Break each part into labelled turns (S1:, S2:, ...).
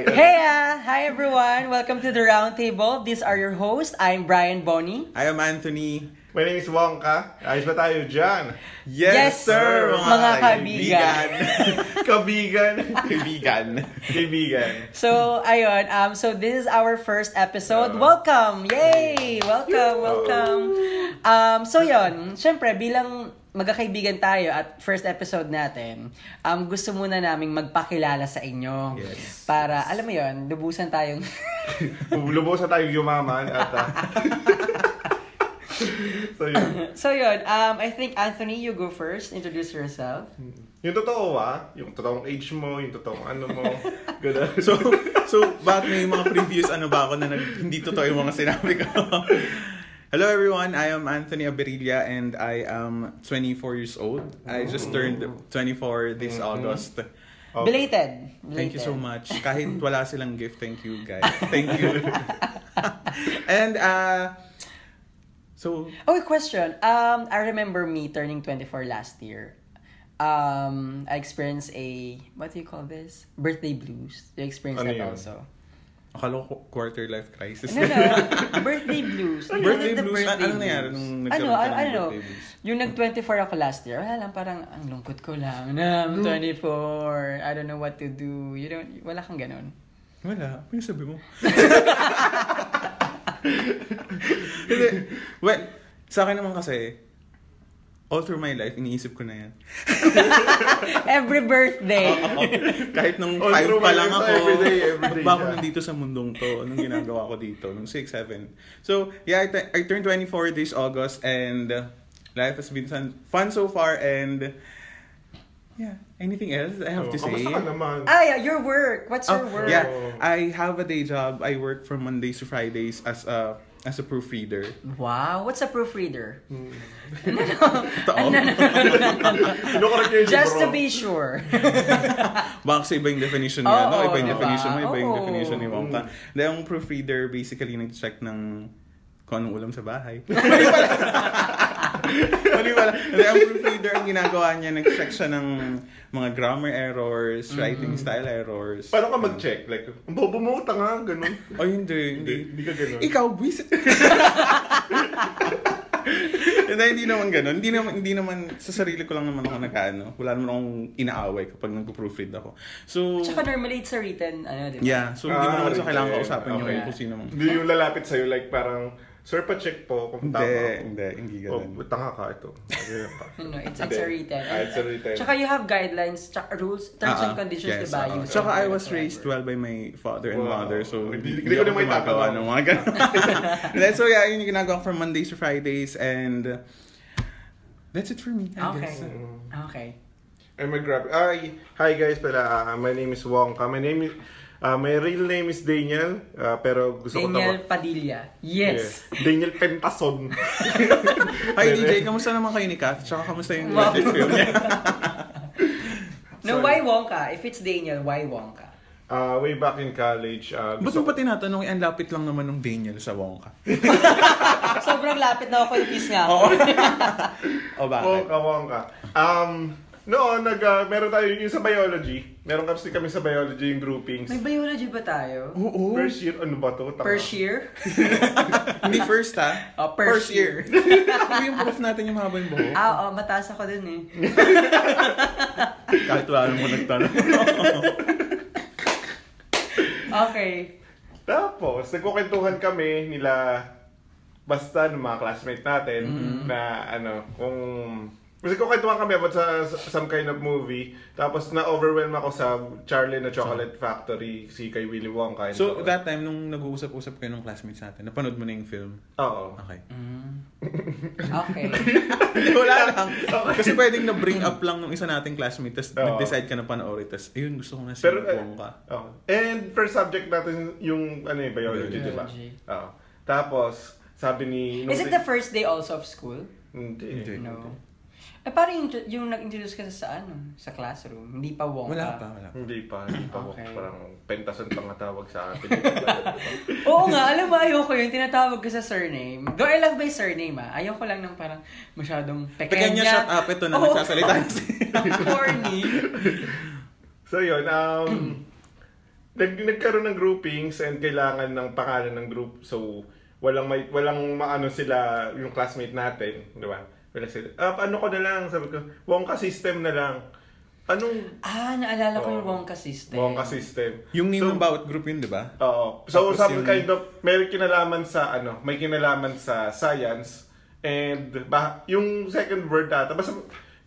S1: Heya! Hi everyone! Welcome to the roundtable. These are your hosts. I'm Brian Boni.
S2: I am Anthony.
S3: My name is Wongka. Ayos ba tayo dyan?
S1: Yes, sir, mga kaibigan.
S3: Kabigan.
S2: kaibigan.
S3: Kaibigan.
S1: So, ayun. Um, so, this is our first episode. Welcome! Yay! Welcome, welcome. Um, so, yun. Siyempre, bilang magkakaibigan tayo at first episode natin, um, gusto muna naming magpakilala sa inyo.
S2: Yes.
S1: Para, alam mo yun, lubusan tayong...
S3: Lubusan tayo yumaman at ah, so yun.
S1: so, yun. Um, I think, Anthony, you go first. Introduce yourself.
S3: Yung totoo ah, yung totoong age mo, yung totoong ano mo. Ganun.
S2: So, so bakit may mga previous ano ba ako na nag, hindi totoo yung mga sinabi ko? Hello everyone, I am Anthony Aberilla and I am 24 years old. I just turned 24 this
S1: Mm-hmm.
S2: August.
S3: Okay.
S1: Belated.
S2: Thank
S1: Belated.
S2: you so much. Kahit wala silang gift, thank you guys. Thank you. and uh so
S1: Oh, wait, question. Um, I remember me turning 24 last year. Um, I experienced a, what do you call this? Birthday blues. You experienced
S3: Ano
S1: that
S3: yun?
S1: also.
S2: akala ko quarter life crisis.
S1: No, no. birthday blues. You know,
S2: Birthday
S1: the
S2: blues? Ano- ano nangyari nung
S1: ano, ano,
S2: nagkaroon ka ng
S1: ano,
S2: birthday blues?
S1: yung nag-24 ako last year, wala lang, parang, ang lungkot ko lang. Na, I'm 24. I don't know what to do. You don't, wala kang ganun.
S2: Wala. Ano yung sabi mo? Hindi. well, sa akin naman kasi, all through my life, iniisip ko na yan.
S1: Every birthday.
S2: Oh, Kahit nung
S3: All
S2: 5
S3: through
S2: pa
S3: my
S2: lang
S3: life,
S2: ako,
S3: everyday, everyday
S2: ba't ba ako
S3: siya.
S2: nandito sa mundong to? Anong ginagawa ko dito? Nung 6, 7. So, yeah, I, tu- I turned 24 this August and uh, life has been fun, fun so far and yeah, anything else I have
S3: Oh,
S2: to say?
S3: Kamusta ka naman?
S1: ah, yeah, your work. What's your
S2: Oh,
S1: work?
S2: yeah.
S3: Oh.
S2: I have a day job. I work from Mondays to Fridays as a as a proofreader.
S1: Wow, what's a proofreader?
S2: Hmm.
S1: Ano?
S2: Totoo.
S3: Kinokorek niya yung
S1: Just
S3: libro.
S1: to be sure.
S2: Baka kasi iba yung definition
S1: Oo,
S2: niya, no? Iba yung
S1: diba?
S2: definition mo, iba yung
S1: Oo.
S2: definition ni Wongka. Dahil ang proofreader, basically, nag-check ng kung anong ulam sa bahay. Mali pala. Hindi, ang proofreader, ang ginagawa niya, nag-check siya ng mga grammar errors,
S1: Mm-hmm.
S2: writing style errors.
S3: Paano ka mag-check? Like, ang bobo mo, tanga, ganun.
S2: Oh, hindi, hindi.
S3: Hindi, hindi ka ganun.
S2: Ikaw, buwis. Hindi, hindi naman ganun. Hindi naman, hindi naman, sa sarili ko lang naman ako nagkaano. Wala naman akong inaaway kapag nag-proofread ako. So,
S1: Tsaka normally it's a written, ano, di ba?
S2: yeah. So, hindi mo
S3: Ah,
S2: naman sa
S3: okay.
S2: kailangan kausapin yung
S3: Okay.
S2: kung sino man.
S3: Hindi yung lalapit sa'yo, like parang, Sir, pa-check po kung tama
S2: Hindi,
S3: ako.
S2: hindi, hindi
S3: Oh,
S2: ganun.
S3: tanga ka ito. Ganyan ka.
S1: No, Ano, it's, it's a written.
S3: Ah, it's a written.
S1: Tsaka you have guidelines, tsaka rules, terms
S2: Ah,
S1: and
S2: ah,
S1: conditions,
S2: yes,
S1: di ba?
S2: ah,
S1: You
S2: ah. Tsaka I
S1: whatever.
S2: was raised well by my father and
S3: Wow.
S2: mother, so
S3: Hindi- hindi ko na may
S2: gumagawa
S3: tatanong.
S2: ng mga ganun. That's so yeah, yun yung ginagawa ko from Mondays to Fridays, and that's it for me, I
S1: Okay.
S2: guess.
S1: Okay.
S3: I'm a grab. Ay, hi guys pala. Ah, my name is Wongka. My name is ah, my real name is Daniel, Ah, pero gusto
S1: Daniel
S3: ko
S1: Padilla.
S3: tawag.
S1: Yes.
S3: Yeah. Daniel Pentason.
S2: Hi DJ, kamusta naman kayo ni Kath? Tsaka kamusta yung
S1: Wow.
S2: latest film niya?
S1: No,
S3: Sorry.
S1: why Wonka? If it's Daniel, why Wonka?
S3: Ah, way back in college, ah,
S2: Ba't mo
S3: gusto
S2: pa tinatanong, eh, ang lapit lang naman ng Daniel sa Wongka?
S1: Sobrang lapit na ako, confused nga ako.
S2: o bakit?
S3: Wongka, Wongka. Um, noon, nag, ah, meron tayo yung sa biology. Meron kasi kami sa biology yung groupings.
S1: May biology ba tayo?
S2: Oh, Oo.
S3: First year, ano ba to? Tama.
S1: Per year?
S2: Hindi first ha?
S1: Oh, first year.
S2: Ano yung prof natin yung haba yung buhok?
S1: Ah, oh, mataas ako dun eh.
S2: Kahit wala mo nagtanong.
S1: Okay.
S3: Tapos, nagkukwentuhan kami nila basta ng mga classmate natin
S2: Mm-hmm.
S3: na ano, kung... Kasi kukwentuhan kami about sa, sa- some kind of movie. Tapos na-overwhelm ako sa Charlie na Chocolate Factory, si kay Willy Wonka. and
S2: so,
S3: on.
S2: that time, nung nag-uusap-usap kayo ng classmates natin, napanood mo na yung film?
S3: Oo.
S2: Okay.
S1: Mm. Okay.
S2: Hindi, wala lang. Kasi pwedeng na-bring up lang nung isa nating classmate, tapos
S3: Oo.
S2: nag-decide ka na panoorin, tapos, ayun, gusto ko na si
S3: Pero, eh,
S2: Wongka.
S3: oo. And first subject natin yung ano yung biology, di ba?
S1: Biology.
S3: Oo. Tapos, sabi ni... nung-
S1: Is it the first day also of school?
S3: Hindi.
S2: Hindi.
S1: No. Eh, parang yung, yung nag-introduce ka sa ano? Sa classroom. Hindi pa Wonka.
S2: Wala pa, wala pa.
S3: Hindi pa. Hindi pa.
S1: Okay.
S3: Parang pentasan pangatawag sa atin.
S1: Oo nga, alam mo, ayoko yung tinatawag ko sa surname. Though I love my surname, ah. Ayoko lang ng parang masyadong pekenya.
S2: Pekanya shut up, ito na,
S1: Oo.
S2: nagsasalita na si...
S1: Corny.
S3: So yun, um, nag, nagkaroon ng groupings and kailangan ng pangalan ng group. So, walang may, walang maano sila yung classmate natin, di ba? Wala sila. Ah, ano ko na lang, sabi ko, Wonka system na lang. Anong
S1: Ah, naalala ko yung
S3: Oo.
S1: Wonka system.
S3: Wonka system?
S2: Yung name
S3: So,
S2: ng bawat group yun, di ba?
S3: Oo. So,
S2: Tapos
S3: sabi
S2: yung-
S3: kind of, may kinalaman sa, ano, may kinalaman sa science. And, bah, yung second word data, basta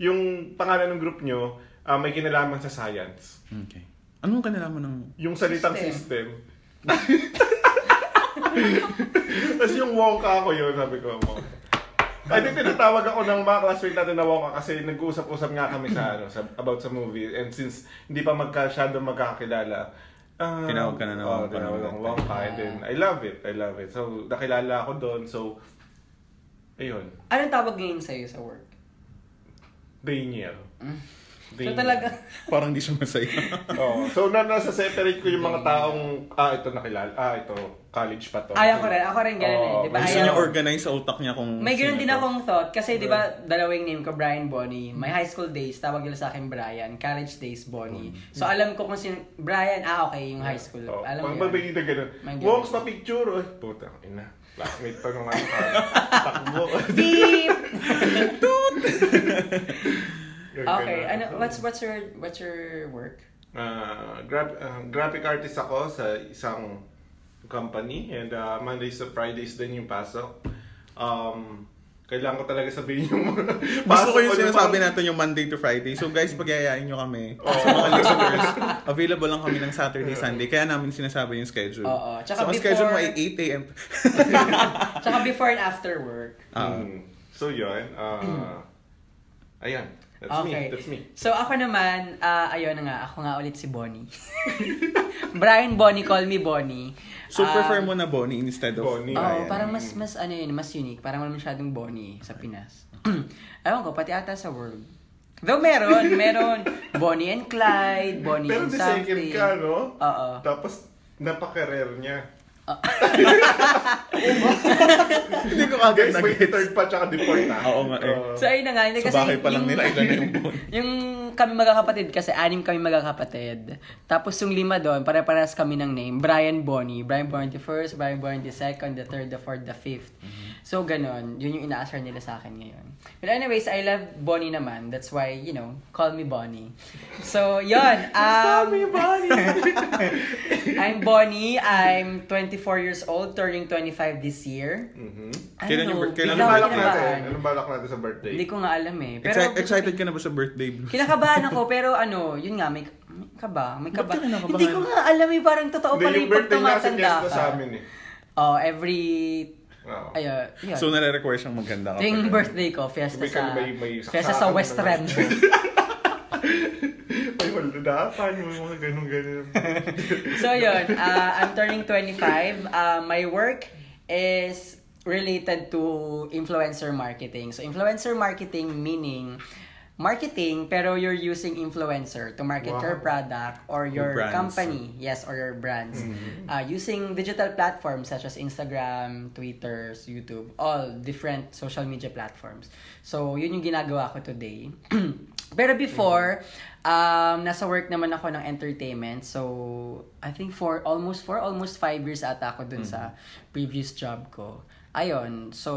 S3: yung pangalan ng group nyo, ah, may kinalaman sa science.
S2: Okay. Anong kanila mo ng...
S3: Yung salitang
S1: System.
S3: system. Tapos yung wonka ako yun, sabi ko, wonka. I think tinatawag ako ng mga classmate natin na wonka kasi nag-uusap-usap nga kami sa, ano, sa, about sa movie. And since hindi pa magkasyado magkakakilala, ah,
S2: Tinawag ka na na
S3: oo,
S2: wongka
S3: tinawag
S2: naman.
S3: akong wongka. And then, I love it. I love it. So, nakilala ako doon. So, ayun.
S1: Anong tawag ngayon sa'yo sa work?
S3: Daniel.
S1: Mm. So talaga,
S2: Parang di siya masaya.
S3: Oh, so na nasa separate ko yung mga taong ah ito nakilala. Ah ito college pa to.
S1: Ay, ako rin. Ako rin ganun eh, di ba?
S2: Gusto
S1: Ayaw.
S2: niya organize sa utak niya kung...
S1: may ganun
S2: sino
S1: din
S2: to.
S1: akong thought. Kasi di ba, dalawang name ko, Brian Bonnie. My high school days, tawag nila sa akin Brian. College days, Bonnie. So alam ko kung sino, Brian, ah okay, yung high school.
S3: Mm. Oh,
S1: Alam
S3: pag
S1: mo yun.
S3: magbigay na ganun.
S1: May ganun.
S3: Walks na picture. Ay, puta, ina. Classmate pa nung ano. Takbo.
S1: Beep!
S3: Ganun,
S1: okay,
S3: ganun.
S1: ano, what's, what's your, what's your work?
S3: Ah, grap- ah, graphic artist ako sa isang company and ah, Mondays to Fridays din yung pasok. Um, kailangan ko talaga sabihin yung mga
S2: Gusto ko yung
S3: pasok
S2: sinasabi
S3: parang-
S2: natin yung Monday to Friday. So guys, pagyayain nyo kami. Sa mga listeners, available lang kami ng Saturday, Sunday. Kaya namin sinasabi yung schedule.
S1: Oo. Tsaka
S2: so, ang
S1: before-
S2: schedule mo ay 8 a.m.
S1: Tsaka before and after work.
S2: Ah.
S3: Mm. So yun, ah, ayan. That's me, that's me.
S1: So ako naman, ah, ayun na nga, ako nga ulit si Bonnie. Brian Bonnie, call me Bonnie.
S2: so,
S1: Ah,
S2: prefer mo na Bonnie instead of
S1: Oo,
S3: Bonnie.
S2: Brian.
S1: parang mas mas ano yun, mas unique. Parang wala masyadong Bonnie sa Pinas. Ewan ko, pati ata sa world. Though meron, meron. Bonnie and Clyde, Bonnie
S3: Pero
S1: and
S3: the
S1: something.
S3: second ka, no?
S1: Oo.
S3: Tapos, napaka-rare niya.
S2: Hindi ko agad
S3: Guys, may
S2: nag-hits.
S3: third pa tsaka ah. Uh, deport na.
S2: Oo nga eh.
S1: So ayun na nga, hindi
S2: Sa
S1: kasi
S2: bahay pa lang nila, ilan na yung Bonnie.
S1: Yung kami magkakapatid kasi anim kami magkakapatid. Tapos yung lima doon, pare-parehas kami ng name. Brian Bonnie. Brian Bonnie the first, Brian Bonnie the second, the third, the fourth, the fifth.
S2: Mm-hmm.
S1: So ganun, yun yung inaasar nila sa akin ngayon. But anyways, I love Bonnie naman. That's why, you know, call me Bonnie. So yun. Um, I'm Bonnie. I'm 24 years old, turning 25 this year.
S3: Mhm.
S1: I
S2: Kailan
S1: don't
S2: yung-
S1: know,
S2: kailan
S1: bigla
S3: Anong
S2: yung
S1: ako
S3: balak natin?
S1: kinabahan.
S3: Anong balak natin sa birthday?
S1: Hindi ko nga alam eh. Pero,
S2: Exci- excited ka na ba sa birthday, Blue?
S1: Kinakabahan ako, pero ano, yun nga, may, may kaba, may
S2: Ba't
S1: kaba.
S2: ka kinakabahan?
S1: Hindi ko nga alam eh, parang totoo
S3: Hindi,
S1: pala
S3: yung
S1: yung pag
S3: birthday niya kasi
S1: tumatanda
S3: guest na
S1: ka.
S3: sa amin eh.
S1: Oh, every,
S3: Oo.
S1: ayun, yun.
S2: So, nare-require siyang maganda ka. pa
S1: yung
S2: rin.
S1: birthday ko, fiesta
S3: May-
S1: sa,
S3: may- may
S1: fiesta
S3: saksakan
S1: sa
S3: na
S1: West Rem.
S3: Ay, wala dapan. May mga ganun-ganun.
S1: so yun, uh, I'm turning 25. Uh, my work is related to influencer marketing. So influencer marketing meaning marketing pero you're using influencer to market
S3: Wow.
S1: your product or your
S2: brands.
S1: company yes or your brands uh, using digital platforms such as instagram twitter youtube all different social media platforms so yun yung ginagawa ko today pero before um, nasa work naman ako ng entertainment so i think for almost for almost five years ata ako dun sa previous job ko ayun so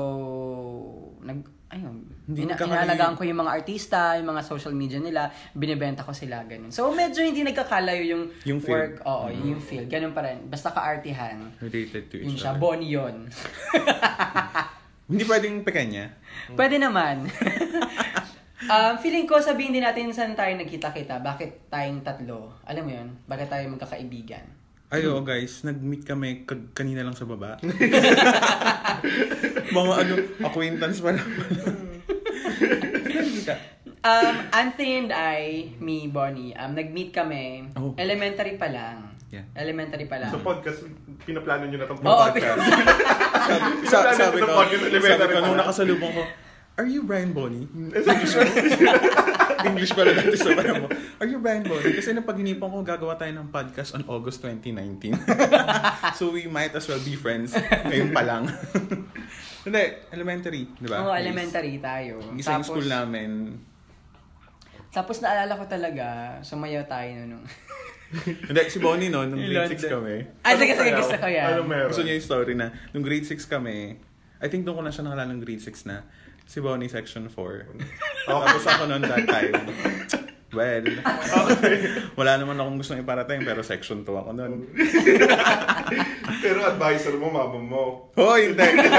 S1: nag ayun
S2: Hindi
S1: ina-
S2: ka-
S1: inalagaan ko yung mga artista, yung mga social media nila, binibenta ko sila, ganun. So, medyo hindi nagkakalayo yung,
S2: Yung Mm. field.
S1: work. Oo, yung field. Ganun pa rin. Basta ka-artihan.
S2: Related to
S1: Yun
S2: each
S1: siya,
S2: other.
S1: Bonnie yun.
S2: Hindi pwedeng pekanya.
S1: Pwede naman. um, feeling ko, sabihin din natin saan tayo nagkita-kita. Bakit tayong tatlo? Alam mo yun? Bakit tayo magkakaibigan?
S2: Ay, oo guys, nag-meet kami kag- kanina lang sa baba. Mga ano, acquaintance pa naman.
S1: Um, Anthony and I, me, Bonnie, um, nag-meet kami.
S2: Oh.
S1: Elementary pa lang.
S2: Yeah.
S1: Elementary pa lang.
S3: Sa podcast, pinaplano nyo na itong
S1: Oo,
S3: podcast.
S2: Sa, sabi ko,
S3: Pag-
S2: sabi ko, nung nakasalubong ko, Are you Brian Bonnie? English pala dati sa parang mo. Are you Brian Bonnie? Kasi napag-inipan ko, gagawa tayo ng podcast on August 2019. so we might as well be friends. Ngayon pa lang. Hindi, elementary, di ba?
S1: Oo,
S2: Yes.
S1: elementary tayo.
S2: Yung Isa yung school namin.
S1: Tapos naalala ko talaga, sumayaw tayo nun nung...
S2: Hindi, si Bonnie no, nung grade 6
S1: London.
S2: kami.
S1: Ay,
S3: Ano
S1: sige, sige,
S3: kaya?
S1: gusto ko yan.
S3: Ano meron?
S2: Gusto niya yung story na, nung grade 6 kami, I think doon ko na siya nakala nung grade 6 na, si Bonnie section 4. Tapos ako noon that time. Well, wala naman akong gustong iparating pero section 2 ako noon.
S3: Pero advisor mo, mama mo.
S2: Hoy, hindi.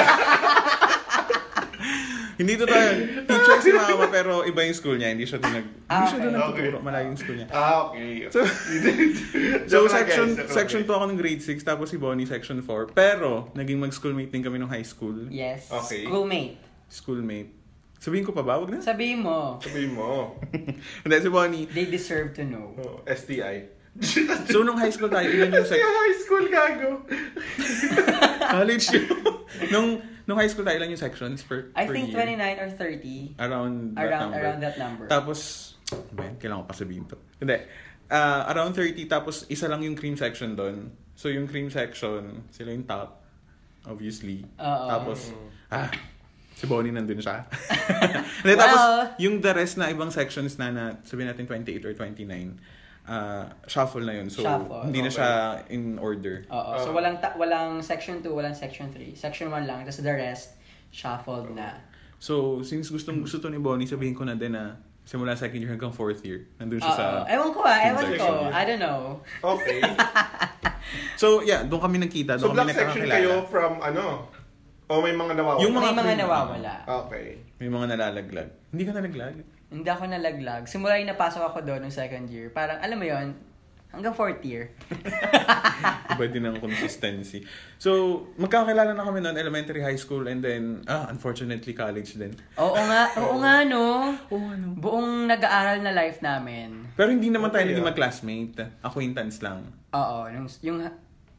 S2: hindi to tayo. Teacher si mama pero iba yung school niya. Hindi siya doon nag, hindi siya doon
S1: Okay.
S2: nagtuturo.
S3: Okay.
S2: Malayong school niya.
S3: Ah, okay.
S2: So, So,
S3: Joke
S2: section
S3: lang, guys. Joke lang,
S2: section
S3: guys.
S2: 2 ako ng grade 6, tapos si Bonnie section 4. Pero, naging mag-schoolmate din kami nung high school.
S1: Yes.
S3: Okay.
S1: Schoolmate.
S2: Schoolmate. Sabihin ko pa ba? Wag na.
S1: Sabihin mo,
S3: Sabihin mo.
S2: Hindi, si Bonnie.
S1: they deserve to know.
S3: Oh, STI.
S2: So, nung high school tayo, yun yung
S3: Kasi
S2: section.
S3: high school gago.
S2: College yun. nung, nung high school tayo, ilan yung sections per,
S1: I
S2: per
S1: think
S2: year?
S1: 29 or 30.
S2: Around that
S1: Around,
S2: number.
S1: around that number.
S2: Tapos, man, kailangan ko pa sabihin to. Hindi. Ah, around 30, tapos isa lang yung cream section doon. So, yung cream section, sila yung top. Obviously.
S1: Oo.
S2: Tapos, ah, si Bonnie nandun siya. Hindi, tapos,
S1: Well-
S2: yung the rest na ibang sections na, na sabihin natin 28 or 29, ah, shuffle na yun. So,
S1: Shuffle,
S2: hindi na
S3: okay.
S2: siya in order.
S1: Oo. So,
S3: Oo.
S1: walang, ta- walang section 2, walang section 3. Section 1 lang, tapos the rest, shuffled na.
S2: So, since gustong gusto to ni Bonnie, sabihin ko na din na simula second year hanggang fourth year, nandun siya
S1: Oo.
S2: sa...
S1: Ewan ko ah, ewan
S2: Section
S1: ko.
S2: section.
S1: I don't know.
S3: Okay.
S2: So, yeah, doon kami nagkita,
S3: So,
S2: doon
S3: black
S2: Ano kami
S3: section
S2: nagkakakilala.
S3: kayo from ano? O may mga nawawala?
S2: Yung mga
S1: May mga
S2: cream.
S1: nawawala.
S3: Okay.
S2: May mga nalalaglag. Hindi ka nalaglag?
S1: Hindi ako nalaglag. Simula yung napasok ako doon nung second year. Parang, alam mo yon hanggang fourth year.
S2: Iba din ang consistency. So, magkakilala na kami noon, elementary, high school, and then, ah, unfortunately, college din.
S1: Oo nga, oo nga no.
S2: Oo, ano?
S1: Buong nag-aaral na life namin.
S2: Pero hindi naman tayo
S3: Okay,
S2: naging
S3: ah.
S2: mag-classmate. Acquaintance lang.
S1: Oo, nung, yung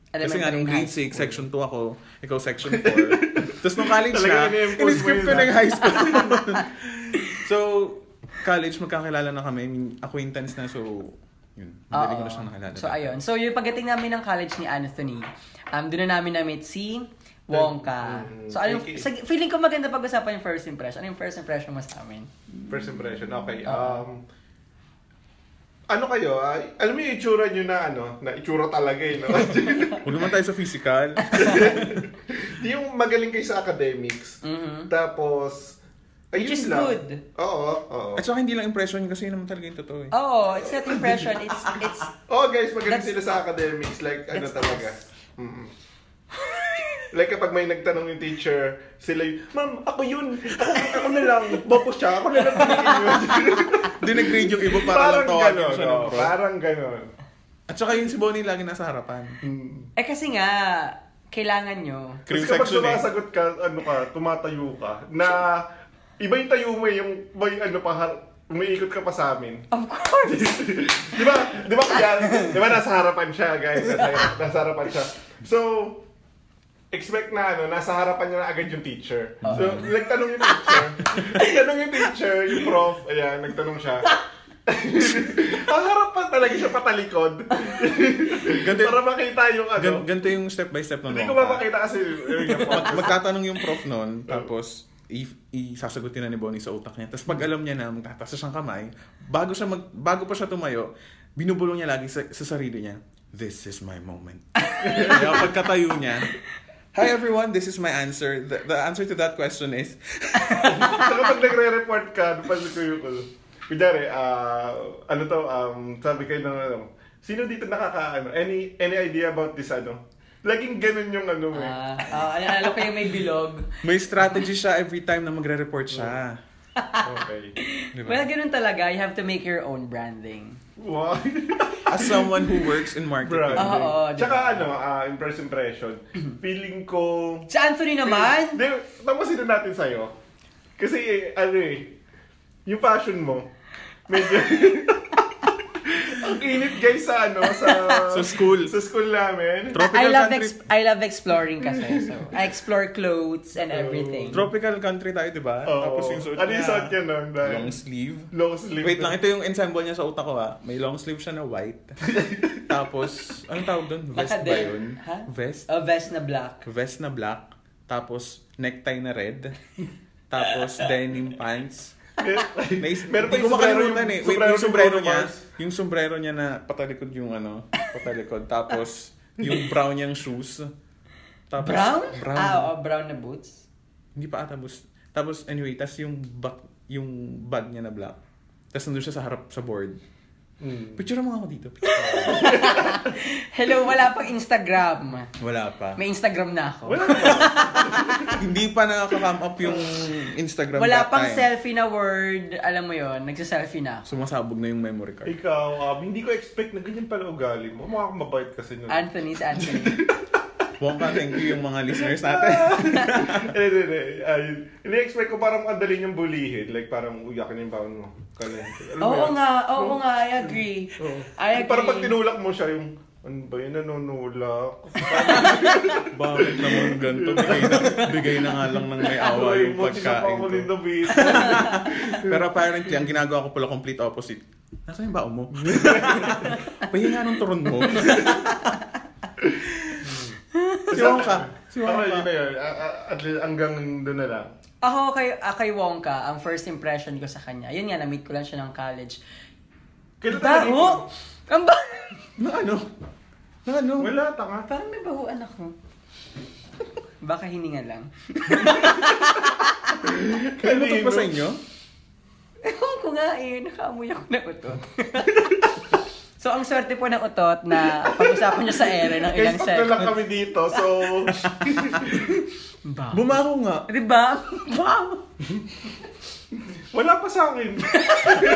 S2: Kasi nga, nung
S1: and
S2: grade
S1: high
S2: 6,
S1: school.
S2: section 2 ako, ikaw section 4. Tapos nung college
S3: Talaga
S2: na,
S3: ini-enforce mo
S2: in-skip
S3: yun,
S2: ko
S3: ah.
S2: na yung high school. so, college, magkakilala na kami. I mean, acquaintance na, so, yun. Madali
S1: Oo.
S2: ko na siya nakilala.
S1: So, ayun. So, yung pagdating namin ng college ni Anthony, um, doon na namin na-meet si Wongka.
S3: Mm,
S1: So, ano,
S3: okay.
S1: sa, feeling ko maganda pag-usapan yung first impression. Ano yung first impression mo sa amin?
S3: First impression, okay. Um, ano kayo? ah, alam mo yung itsura nyo na ano, na itsura talaga eh. No?
S2: Huwag naman tayo sa physical.
S3: yung magaling kayo sa academics.
S1: Mhm.
S3: Tapos, ayun
S1: Which is
S3: lang.
S1: good.
S3: Oo, oo.
S2: At saka hindi lang impression kasi yun naman talaga yung totoo eh.
S1: Oo, it's not impression. It's, it's,
S3: Oh guys, magaling
S1: That's-
S3: sila sa academics. Like, ano
S1: That's
S3: talaga. Mm-mm. like kapag may nagtanong yung teacher, sila yung, Ma'am, ako yun. Ako, ako na lang. Bobo siya. Ako na lang pinigin yun.
S2: Dinagrade yung iba para
S3: parang
S2: lang tawagin
S3: ganon.
S2: siya ng
S3: oh,
S2: prof.
S3: parang ganon.
S2: At saka yun si Bonnie lagi nasa harapan.
S3: Mm.
S1: eh kasi nga, kailangan nyo.
S2: Cream
S3: Kasi kapag
S2: section eh.
S3: sumasagot ka, ano ka, tumatayo ka, na iba yung tayo mo eh, yung may ano pa, har- umiikot ka pa sa amin.
S1: Of course!
S3: di ba? Di ba kaya? Di ba nasa harapan siya, guys? Nasa, nasa harapan siya. So, expect na ano, nasa harapan niya na agad yung teacher. So, nagtanong yung teacher. nagtanong yung teacher, yung prof, ayan, nagtanong siya. Ang harap pa talaga siya patalikod.
S2: Ganito-
S3: Para makita yung ano.
S2: Gan- ganito yung step by step ng
S3: Hindi ko
S2: bangka.
S3: mapakita kasi. yun yung
S2: Mag- magtatanong yung prof noon, tapos i- isasagutin na ni Bonnie sa utak niya. Tapos pag alam niya na magtatasa siyang kamay, bago siya mag- bago pa siya tumayo, binubulong niya lagi sa, sa sarili niya, This is my moment. Kaya pagkatayo niya, Hi everyone, this is my answer. The, the answer to that question is,
S3: Saka pag nagre-report ka, napansin ko yung ano. Kunyari, ah, ano to, um, sabi kayo ng ano, sino dito nakaka, ano, any, any idea about this, ano? Laging ganun yung ano mo eh.
S1: Ah, ah, ano, alam ko yung may bilog.
S2: may strategy siya every time na magre-report siya.
S3: Okay.
S2: Di ba?
S1: Well, ganun talaga. You have to make your own branding.
S3: Wow.
S2: As someone who works in marketing.
S3: Brand.
S1: Oo, oo, di ba?
S3: Tsaka ano, ah, impress impression. Feeling ko...
S1: Si Anthony naman!
S3: Hindi, tapusin na natin sa'yo. Kasi, eh, ano eh, yung passion mo, medyo... Ang init guys sa ano, sa...
S2: Sa school.
S3: Sa school namin.
S2: Tropical
S1: I love
S2: country.
S1: ex- I love exploring kasi. So, I explore clothes and everything.
S2: Tropical country tayo, di ba?
S3: Oo.
S2: Tapos yung suot
S3: Ano yung suot niya nun? Dahil-
S2: Long sleeve.
S3: Long sleeve.
S2: Wait lang, ito yung ensemble niya sa utak ko ha. May long sleeve siya na white. Tapos, anong tawag doon? Vest ba
S1: Nakadel.
S2: yun?
S1: Ha?
S2: Vest?
S1: A vest na black.
S2: Vest na black. Tapos, necktie na red. Tapos, denim pants. May, meron
S3: Meron pa
S2: pa
S3: yung sombrero,
S2: yung,
S3: yung
S2: eh. Wait,
S3: sombrero
S2: yung
S3: ni
S2: sombrero
S3: Bruno
S2: niya,
S3: Mars.
S2: yung sombrero niya na patalikod yung ano, patalikod. Tapos, yung brown niyang shoes. Tapos,
S1: Brown?
S2: Brown.
S1: Ah, oo, brown na boots.
S2: Hindi pa ata. Tapos, tapos anyway, tas yung back, yung bag niya na black. Tapos nandun siya sa harap sa board. Picture mo nga ako dito. Picture mo ako.
S1: Hello, wala pang Instagram.
S2: Wala pa.
S1: May Instagram na ako.
S3: Wala
S1: Wala,
S3: naman.
S2: Hindi pa nakaka-come up yung Instagram that
S1: pang
S2: time.
S1: selfie na word. Alam mo yon nagsa-selfie na ako.
S2: Sumasabog na yung memory card.
S3: Ikaw, um, hindi ko expect na ganyan pala ugali mo. Mukha kang mabait kasi nun.
S1: Anthony's Anthony.
S2: Wongka, thank you yung mga listeners natin.
S3: Hindi, hindi, hindi. Ayun. Ini-expect ko parang madali niyang bulihin. Like parang uyakin yung baon mo. Kalente. Alam mo
S1: oo
S3: yun?
S1: nga, oo nga, I agree.
S3: Oo.
S1: I agree.
S3: Parang pag tinulak mo siya yung, ano ba yun, nanunulak?
S2: Bakit naman ganito? Bigay na, bigay na nga lang ng may awa
S3: Ay,
S2: yung
S3: mo,
S2: pagkain
S3: tinapa ko rin
S2: ko.
S3: na bis.
S2: Pero apparently, ang ginagawa ko pala complete opposite. Nasaan yung baon mo? Pahinga ng turon mo. si Wongka. Si
S3: Okay, yun na
S2: Wongka.
S3: yun. A- a- At least hanggang doon na lang.
S1: Ako kay, ah, kay Wongka, ang first impression ko sa kanya, yun nga, na-meet ko lang siya ng college.
S3: Kailan talaga
S1: Baho! Ang ba...
S2: Na ano? Na ano?
S3: yun? Wala, tanga.
S1: Parang may bahuan ako. Baka hininga lang.
S2: Kaya utot ba Ano sa inyo?
S1: Ewan ko nga eh, nakaamoy ako ng utot. so, ang swerte po ng utot na pag-usapan niya sa ere ng
S3: Guys,
S1: ilang
S3: tatlo lang
S1: seconds.
S3: kami dito, so...
S1: Ba?
S2: Bumako nga.
S1: Di ba? Wow!
S3: Wala pa sa akin.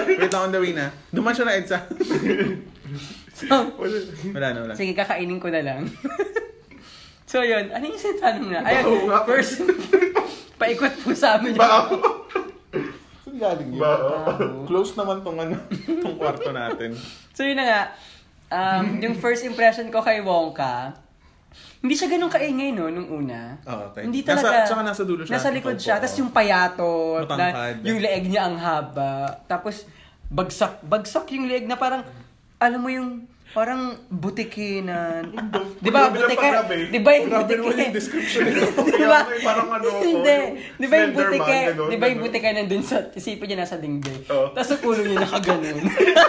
S2: Wait lang on the way na. Duman siya na EDSA.
S1: So,
S3: Wala.
S2: Wala na, wala.
S1: sige, kakainin ko na lang. so, yun. Ano yung sinatanong na?
S3: Baho
S1: Ayun,
S3: nga.
S1: first, paikot po sa amin.
S3: Ba?
S2: Saan galing yun?
S3: Ba?
S2: Close naman tong ano, tong kwarto natin.
S1: So yun na nga, um, yung first impression ko kay Wongka, hindi siya ganun kaingay no, nung una.
S2: Oo, okay.
S1: Hindi
S2: Nasa-
S1: talaga.
S2: tsaka nasa dulo siya.
S1: Nasa likod
S2: Totoo
S1: siya.
S2: po,
S1: Tapos
S2: oo.
S1: yung payato, na,
S2: Matangkad.
S1: yung leeg niya ang haba. Tapos bagsak, bagsak yung leeg na parang, alam mo yung parang butikinan. di ba,
S3: Grabe lang
S1: butikinan?
S3: paggrabe.
S1: Di ba yung
S2: Grabe naman yung
S1: butikinan?
S2: description nito.
S1: Di ba?
S3: Kaya parang ano ako,
S1: Hindi.
S3: yung
S1: Di ba yung
S3: Slender Man,
S1: butika?
S3: ganun,
S1: Di ba yung
S3: ganun.
S1: butika nandun sa, isipin niya nasa dingding.
S3: Oo.
S1: Tapos ang ulo niya nakaganon.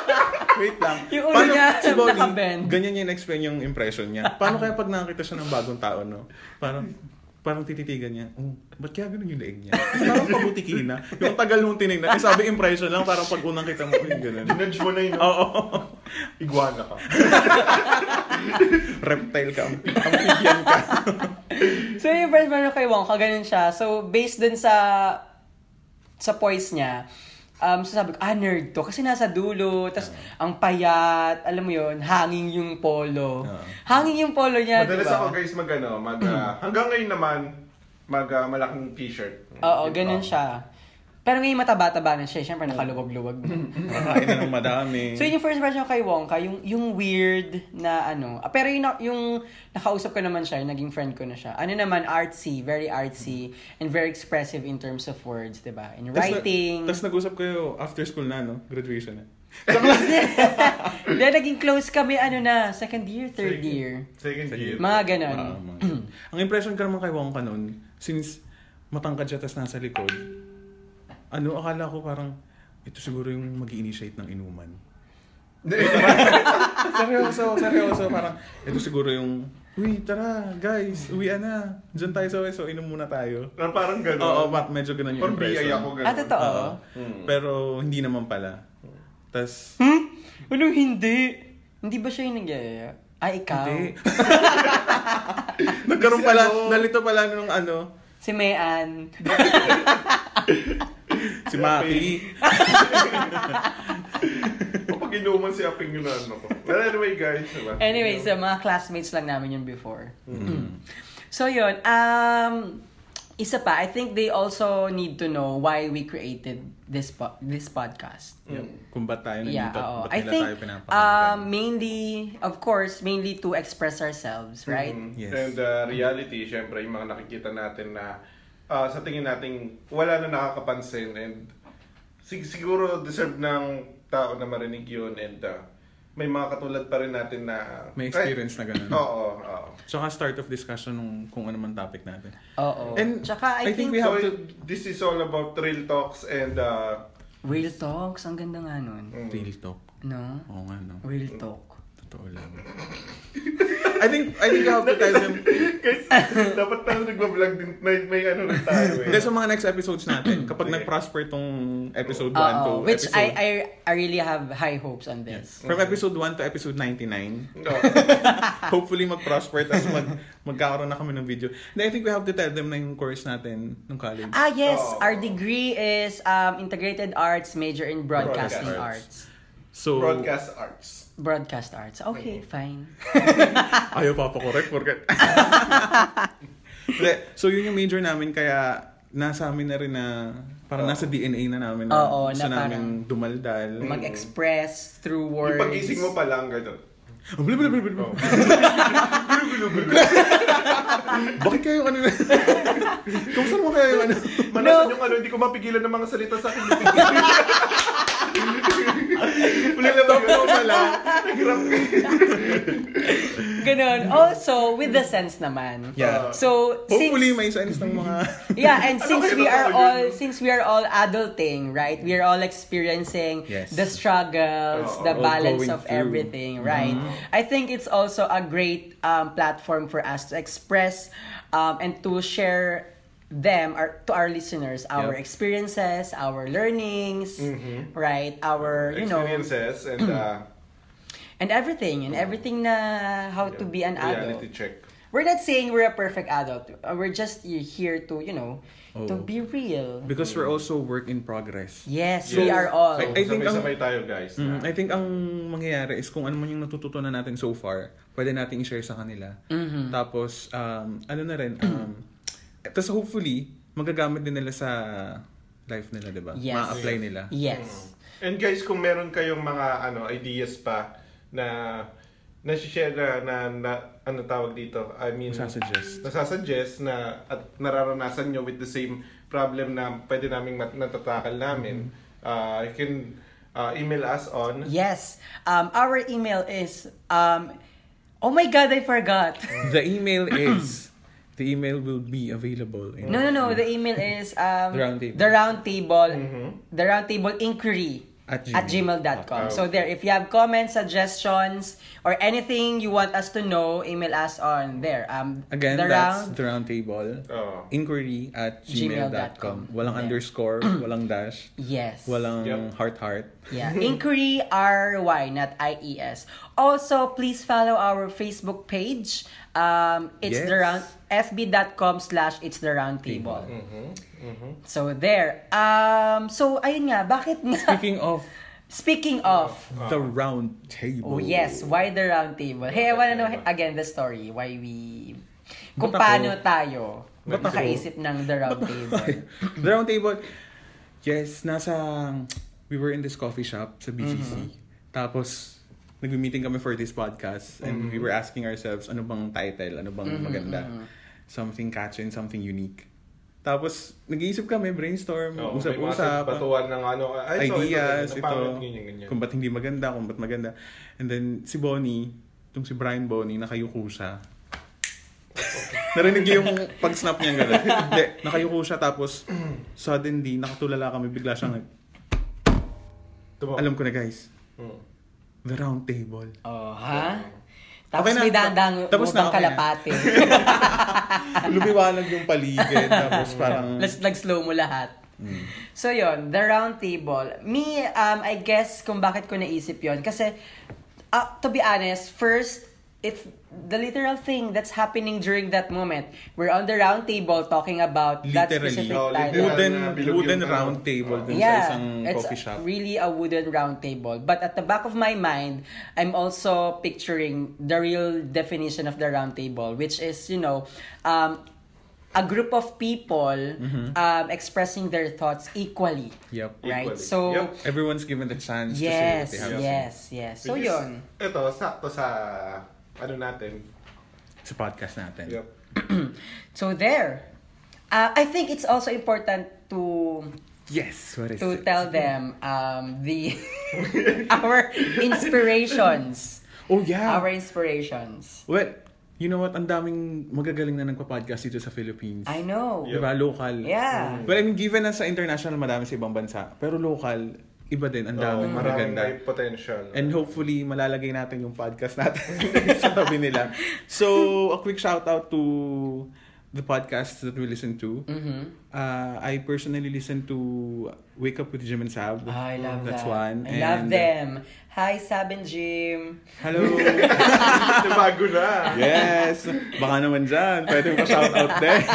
S2: Wait lang.
S1: Yung ulo niya,
S2: Bonnie,
S1: nakabend.
S2: ganyan niya in-explain yung impression niya. Paano kaya pag nakakita siya ng bagong tao, no? Parang, parang tititigan niya, oh, ba't kaya ganun yung leeg niya? Parang pabutikin na. Yung tagal nung tinignan. Eh, sabi impression lang, parang pag unang kita mo, yung ganun.
S3: Dinudge mo na
S1: Oh.
S3: yun. no?
S2: Oo.
S3: Iguana ka.
S2: Reptile ka. amphib- Amphibian ka.
S1: so yung first meron kay Wong, kaganon siya. So based dun sa sa poise niya, um, so sabi ko, ah, nerd to. Kasi nasa dulo, tas ang payat, alam mo yon hanging yung polo.
S2: Oo.
S1: Hanging yung polo niya, diba? di
S3: Madalas ako
S1: ba?
S3: guys mag ano, mag,
S1: Mm.
S3: ah, hanggang ngayon naman, mag ah, malaking t-shirt.
S1: Oo,
S2: Diba?
S1: ganun siya. Pero ngayon mataba-taba na siya. Siyempre, nakaluwag-luwag.
S2: Kakain na ng madami.
S1: so, yun yung first impression ko kay Wongka, yung, yung weird na ano. Ah, Pero yung, na- yung nakausap ko naman siya, yung naging friend ko na siya. Ano naman, artsy, very artsy, and very expressive in terms of words, di ba? In
S2: Tas na-
S1: writing.
S2: tas nag-usap kayo after school na, no? Graduation na.
S1: Hindi, naging close kami, ano na, second year, third
S3: Second-
S1: year.
S3: Second year.
S1: Mga ganun.
S2: Ah, mga ganun. Ang impression ko naman kay Wong Kanon, since matangkad siya tas nasa likod, ano, akala ko parang, ito siguro yung mag initiate ng inuman. seryoso, seryoso. Parang, ito siguro yung, uy, tara, guys, uwian na. Diyan tayo sa weso, inom muna tayo.
S3: Na parang ganun.
S2: Oo, but medyo ganun yung
S3: Or BI
S2: impression.
S3: ako ganun.
S1: Ah, totoo.
S2: Oo.
S3: Hmm.
S2: Pero, hindi naman pala. Tas,
S1: Hmm? Ano hindi? Hindi ba siya yung nagyayaya? Ay, ikaw.
S2: hindi. Nagkaroon pala, nalito pala nung ano,
S1: Si Mayan.
S2: si Maki.
S3: Kapag inuman si Aping yun ano ko. Well, anyway guys, diba?
S1: Anyway, sa mga classmates lang namin yun before.
S2: Mm.
S1: So yun, um, isa pa, I think they also need to know why we created this po- this podcast.
S2: Kung ba't tayo nandito,
S1: Yeah,
S2: at
S1: oo.
S2: ba't
S1: I
S2: nila
S1: think
S2: tayo pinapakinggan.
S1: um, mainly, of course, mainly to express ourselves, right?
S3: Mm.
S2: Yes. Mm-hmm.
S3: And uh, reality, syempre, yung mga nakikita natin na ah, sa tingin natin, wala na nakakapansin and sig- siguro deserve ng tao na marinig yun and ah, may mga katulad pa rin natin na...
S2: May experience na ganun.
S3: Eh, Oo, oo.
S2: Tsaka start of discussion nung kung ano man topic natin.
S1: Oo.
S2: And
S1: Tsaka, I,
S2: I think
S1: think,
S2: we have
S3: so,
S2: to-
S3: this is all about real talks and uh,
S1: Real Talks, ang ganda nga nun.
S2: Real talk.
S1: No?
S2: Oo nga, no?
S1: Real Talk.
S2: Totoo lang. I think, I think you have to tell them.
S3: Guys, dapat tayo nagbablog din. May, may ano rin tayo eh.
S2: Hindi, sa mga next episodes natin, kapag nag-prosper tong episode 1 to
S1: Oo, Uh, which
S2: episode...
S1: I, I I really have high hopes on this.
S2: From episode 1 to episode 99,
S3: No.
S2: hopefully mag-prosper tapos mag, magkakaroon na kami ng video. And I think we have to tell them na yung course natin nung college.
S1: Ah yes,
S3: Oo.
S1: our degree is um, Integrated Arts, major in Broadcasting Arts.
S2: Broadcast So,
S3: Broadcast arts.
S1: Broadcast Arts. Okay, fine.
S2: ayaw pa correct forget. Hindi, so yun yung major namin kaya nasa amin na rin na parang nasa DNA na namin na
S1: Oo,
S2: gusto
S1: na
S2: namin dumaldal.
S1: Mag-express through words.
S3: Yung pagising mo pa lang, gano'n. Oh.
S2: Bakit kayo ano? Kung saan mo kayo yung ano?
S3: Manasan yung ano, hindi ko mapigilan ng mga salita sa akin. Laptop mo pala. Nag-rap ka.
S1: Ganun. Also, with the sense naman.
S2: Yeah.
S1: So,
S2: Hopefully
S1: since,
S2: may sense ng mga
S1: yeah, and
S3: Ano
S1: since
S3: kayo
S1: we are
S3: natawag
S1: all
S3: yun?
S1: since we are all adulting, right? We are all experiencing
S2: Yes.
S1: the struggles,
S3: Oo.
S1: the
S2: All
S1: balance
S2: going
S1: of
S2: through. Mm-hmm.
S1: everything, right? I think it's also a great um, platform for us to express um, and to share them our, to our listeners our
S2: Yep.
S1: experiences, our learnings, right? Our you know
S3: Experiences and uh,
S1: and everything and everything na how to be an adult.
S3: reality check.
S1: We're not saying we're a perfect adult. Uh, We're just here to, you know, to
S2: Oo.
S1: be real.
S2: because we're also work in progress.
S1: Yes,
S3: Yes.
S1: we are all.
S2: I- I- think ang-
S3: Sabay-sabay tayo, guys.
S2: Mm,
S1: Mm-hmm.
S3: na-
S2: I think ang mangyayari is kung ano man yung natututunan natin so far, pwede nating i-share sa kanila.
S1: Mm-hmm.
S2: Tapos, um, ano na rin, um, tapos hopefully, magagamit din nila sa life nila, di ba?
S1: Yes.
S2: Ma-apply nila.
S1: yes.
S3: And guys, kung meron kayong mga ano ideas pa na na share na, na, na ano tawag dito, I mean,
S2: Nasasuggest.
S3: nasasuggest na at nararanasan nyo with the same problem na pwede naming mat- natatakal namin,
S1: Mm-hmm.
S3: uh, you can uh, email us on
S1: Yes. Um, our email is um Oh my god, I forgot.
S2: The email is, the email will be available in
S1: No, no, no. The email is um
S2: The round table.
S1: the round table, the round table inquiry
S2: At
S1: at
S2: gmail.
S1: gmail.com.
S3: Okay.
S1: So there, if you have comments, suggestions, or anything you want us to know, email us on there. Um,
S2: Again,
S1: the round
S2: that's the roundtable.
S3: Oh.
S2: Inquiry at
S1: Gmail dot
S2: gmail.com.
S1: com.
S2: Walang
S1: Yeah.
S2: underscore, walang dash,
S1: yes.
S2: walang
S3: Yep.
S2: heart-heart.
S1: Yeah, inquiry R-Y, not I-E-S. Also, please follow our Facebook page. Um, it's
S2: Yes.
S1: the round fb.com slash it's the round table.
S2: Mm-hmm.
S1: So there. Um, so ayun nga, bakit nga?
S2: Speaking of
S1: Speaking of,
S2: the round
S1: oh
S2: table.
S1: yes, why the round table? Hey, I wanna know
S3: table.
S1: again the story. Why we, kung
S2: Ba't
S1: paano
S2: ako?
S1: tayo
S2: Ba't ako?
S1: nakaisip ng the round table.
S2: the round table. Yes, nasa we were in this coffee shop sa BGC.
S3: Mm-hmm.
S2: Tapos nagme-meeting kami for this podcast and
S3: Mm-hmm.
S2: we were asking ourselves ano bang title, ano bang maganda. Something catchy and something unique. Tapos nag-iisip kami, brainstorm,
S3: Oh, may mga
S2: usap-usap
S3: patuan ng ano, ay, so,
S2: ideas, ito,
S3: ito, napangit, ganyan, ganyan.
S2: kung ba't hindi maganda, kung ba't maganda. And then, si Bonnie, itong si Brian Bonnie, nakayuko siya. Narinig niyo yung pag-snap niya gano'n. Hindi, nakayuko siya tapos suddenly, nakatulala kami, bigla siyang nag,
S3: Tumawa.
S2: alam ko na guys,
S3: Mm.
S2: the round table.
S1: Oh, ha? Tapos
S2: Okay na.
S1: may dandang
S2: Tapos na,
S1: ubang
S2: okay na.
S1: kalapate.
S2: Lumiwanag yung paligid, tapos parang,
S1: Let's nag-slow mo lahat. So yon the round table. Me, um, I guess kung bakit ko naisip yon Kasi, uh, to be honest, first, it's the literal thing that's happening during that moment. We're on the round table talking about that
S2: Literally.
S1: specific title.
S3: Oh, literal.
S2: wooden,
S3: na bilog
S2: wooden
S3: yung- ano.
S2: round table dun sa
S1: Yeah,
S2: isang
S1: it's
S2: coffee shop.
S1: really a wooden round table. But at the back of my mind, I'm also picturing the real definition of the round table, which is, you know, um, a group of people um, expressing their thoughts equally.
S2: Mm-hmm. Yep.
S1: Right?
S3: Equally.
S1: So,
S3: Yep.
S2: Everyone's given the chance
S1: yes,
S2: to say what they have.
S1: yes, yes. So,
S3: Which is,
S1: yun.
S3: Ito, sakto sa ano natin.
S2: Sa podcast natin.
S3: Yep.
S1: So, there. Uh, I think it's also important to
S2: Yes! What is
S1: to
S2: it?
S1: tell them um, the our inspirations.
S2: Oh yeah!
S1: Our inspirations.
S2: Well, you know what, ang daming magagaling na nagpa-podcast dito sa Philippines.
S1: I know.
S2: Diba? Local.
S1: Yeah.
S2: But I mean, given na sa international, madami sa ibang bansa. Pero local, iba din. Ang
S3: Oo,
S2: daming
S3: Oh, maraming
S2: magaganda.
S3: may potential.
S2: And hopefully, malalagay natin yung podcast natin sa tabi nila. So, a quick shout out to the podcasts that we listen to.
S1: Mhm.
S2: Uh, I personally listen to Wake Up with Jim and Sab.
S1: Ah, I love
S2: That's
S1: that.
S2: one.
S1: I love
S2: And- uh,
S1: them. Hi, Sab and Jim.
S2: Hello!
S3: Bago na.
S2: yes! Baka naman dyan. Pwede pa shout out there.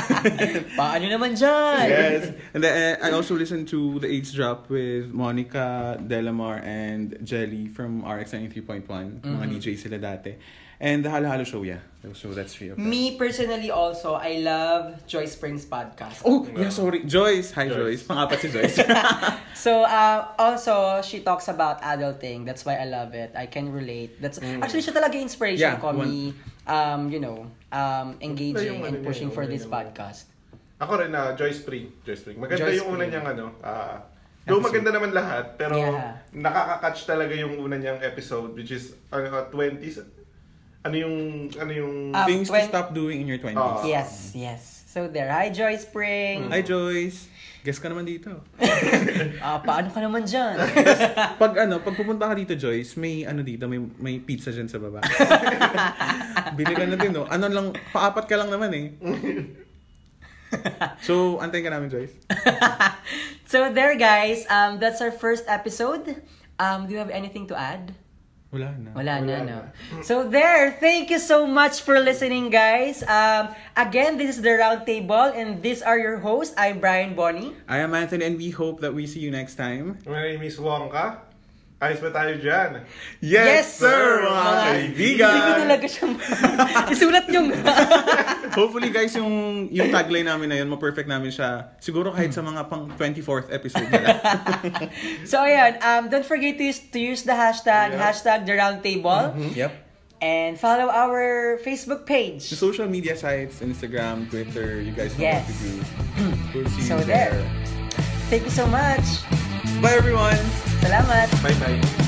S1: Paano naman dyan?
S2: yes. And then, uh, I also listen to The Age Drop with Monica Delamar and Jelly from RX93.1. Mga DJ sila dati. And The Halo Halo Show, yeah. So that's three of them.
S1: Me personally also, I love Joy Springs podcast.
S2: Oh, yeah, sorry. Joyce. Hi, Joyce.
S3: Joyce.
S2: Pangapat si Joyce.
S1: So uh, also she talks about adulting. That's why I love it. I can relate. That's actually siya talaga yung inspiration
S2: Yeah,
S1: ko
S2: one-
S1: me um you know um engaging
S3: Ano yung
S1: and
S3: ano
S1: pushing
S3: yun?
S1: for
S3: Ano
S1: this
S3: yun?
S1: podcast.
S3: Ako rin na, Joy Spring. Joy Spring. Maganda
S1: Joy
S3: yung una
S1: Spring.
S3: niyang ano. ah, though maganda naman lahat, pero
S1: Yeah.
S3: nakaka-catch talaga yung una niyang episode, which is, ano, 20s. Ano yung, ano yung...
S1: Ah, Um,
S2: Things to
S1: twen-
S2: stop doing in your 20s.
S3: Ah.
S1: Yes, yes. So there. Hi Joy Spring.
S2: Hi, Joyce. Guess ka naman dito.
S1: Ah, paano ka naman diyan?
S2: Pag ano, pag pupunta ka dito, Joyce, may ano dito, may may pizza dyan sa baba. Bili ka na din, no? Ano lang, paapat ka lang naman eh. so, antayin ka namin, Joyce.
S1: so there guys, um that's our first episode. Um do you have anything to add?
S2: Wala na.
S1: Wala, na,
S3: Wala
S1: no? So there, thank you so much for listening, guys. Um, again, this is the Roundtable, and these are your hosts. I'm Brian Bonnie.
S2: I am Anthony and we hope that we see you next time.
S3: My name is Wongka. Ayos ba tayo dyan?
S1: Yes, sir,
S2: mga
S1: mga-
S2: kaibigan!
S1: Hindi ko talaga siya isulat yung...
S2: Hopefully guys, yung yung tagline namin na yun, ma-perfect namin siya. Siguro kahit sa mga pang 24th episode nila.
S1: so, ayan. Um, don't forget to use, to use the hashtag,
S3: Yeah.
S1: hashtag the roundtable.
S2: yep.
S1: And follow our Facebook page.
S2: The social media sites, Instagram, Twitter, you guys know
S1: Yes.
S2: what to do. We'll see
S1: So
S2: you
S1: there.
S2: there.
S1: Thank you so much.
S2: Bye everyone!
S1: Salamat.
S3: Bye-bye.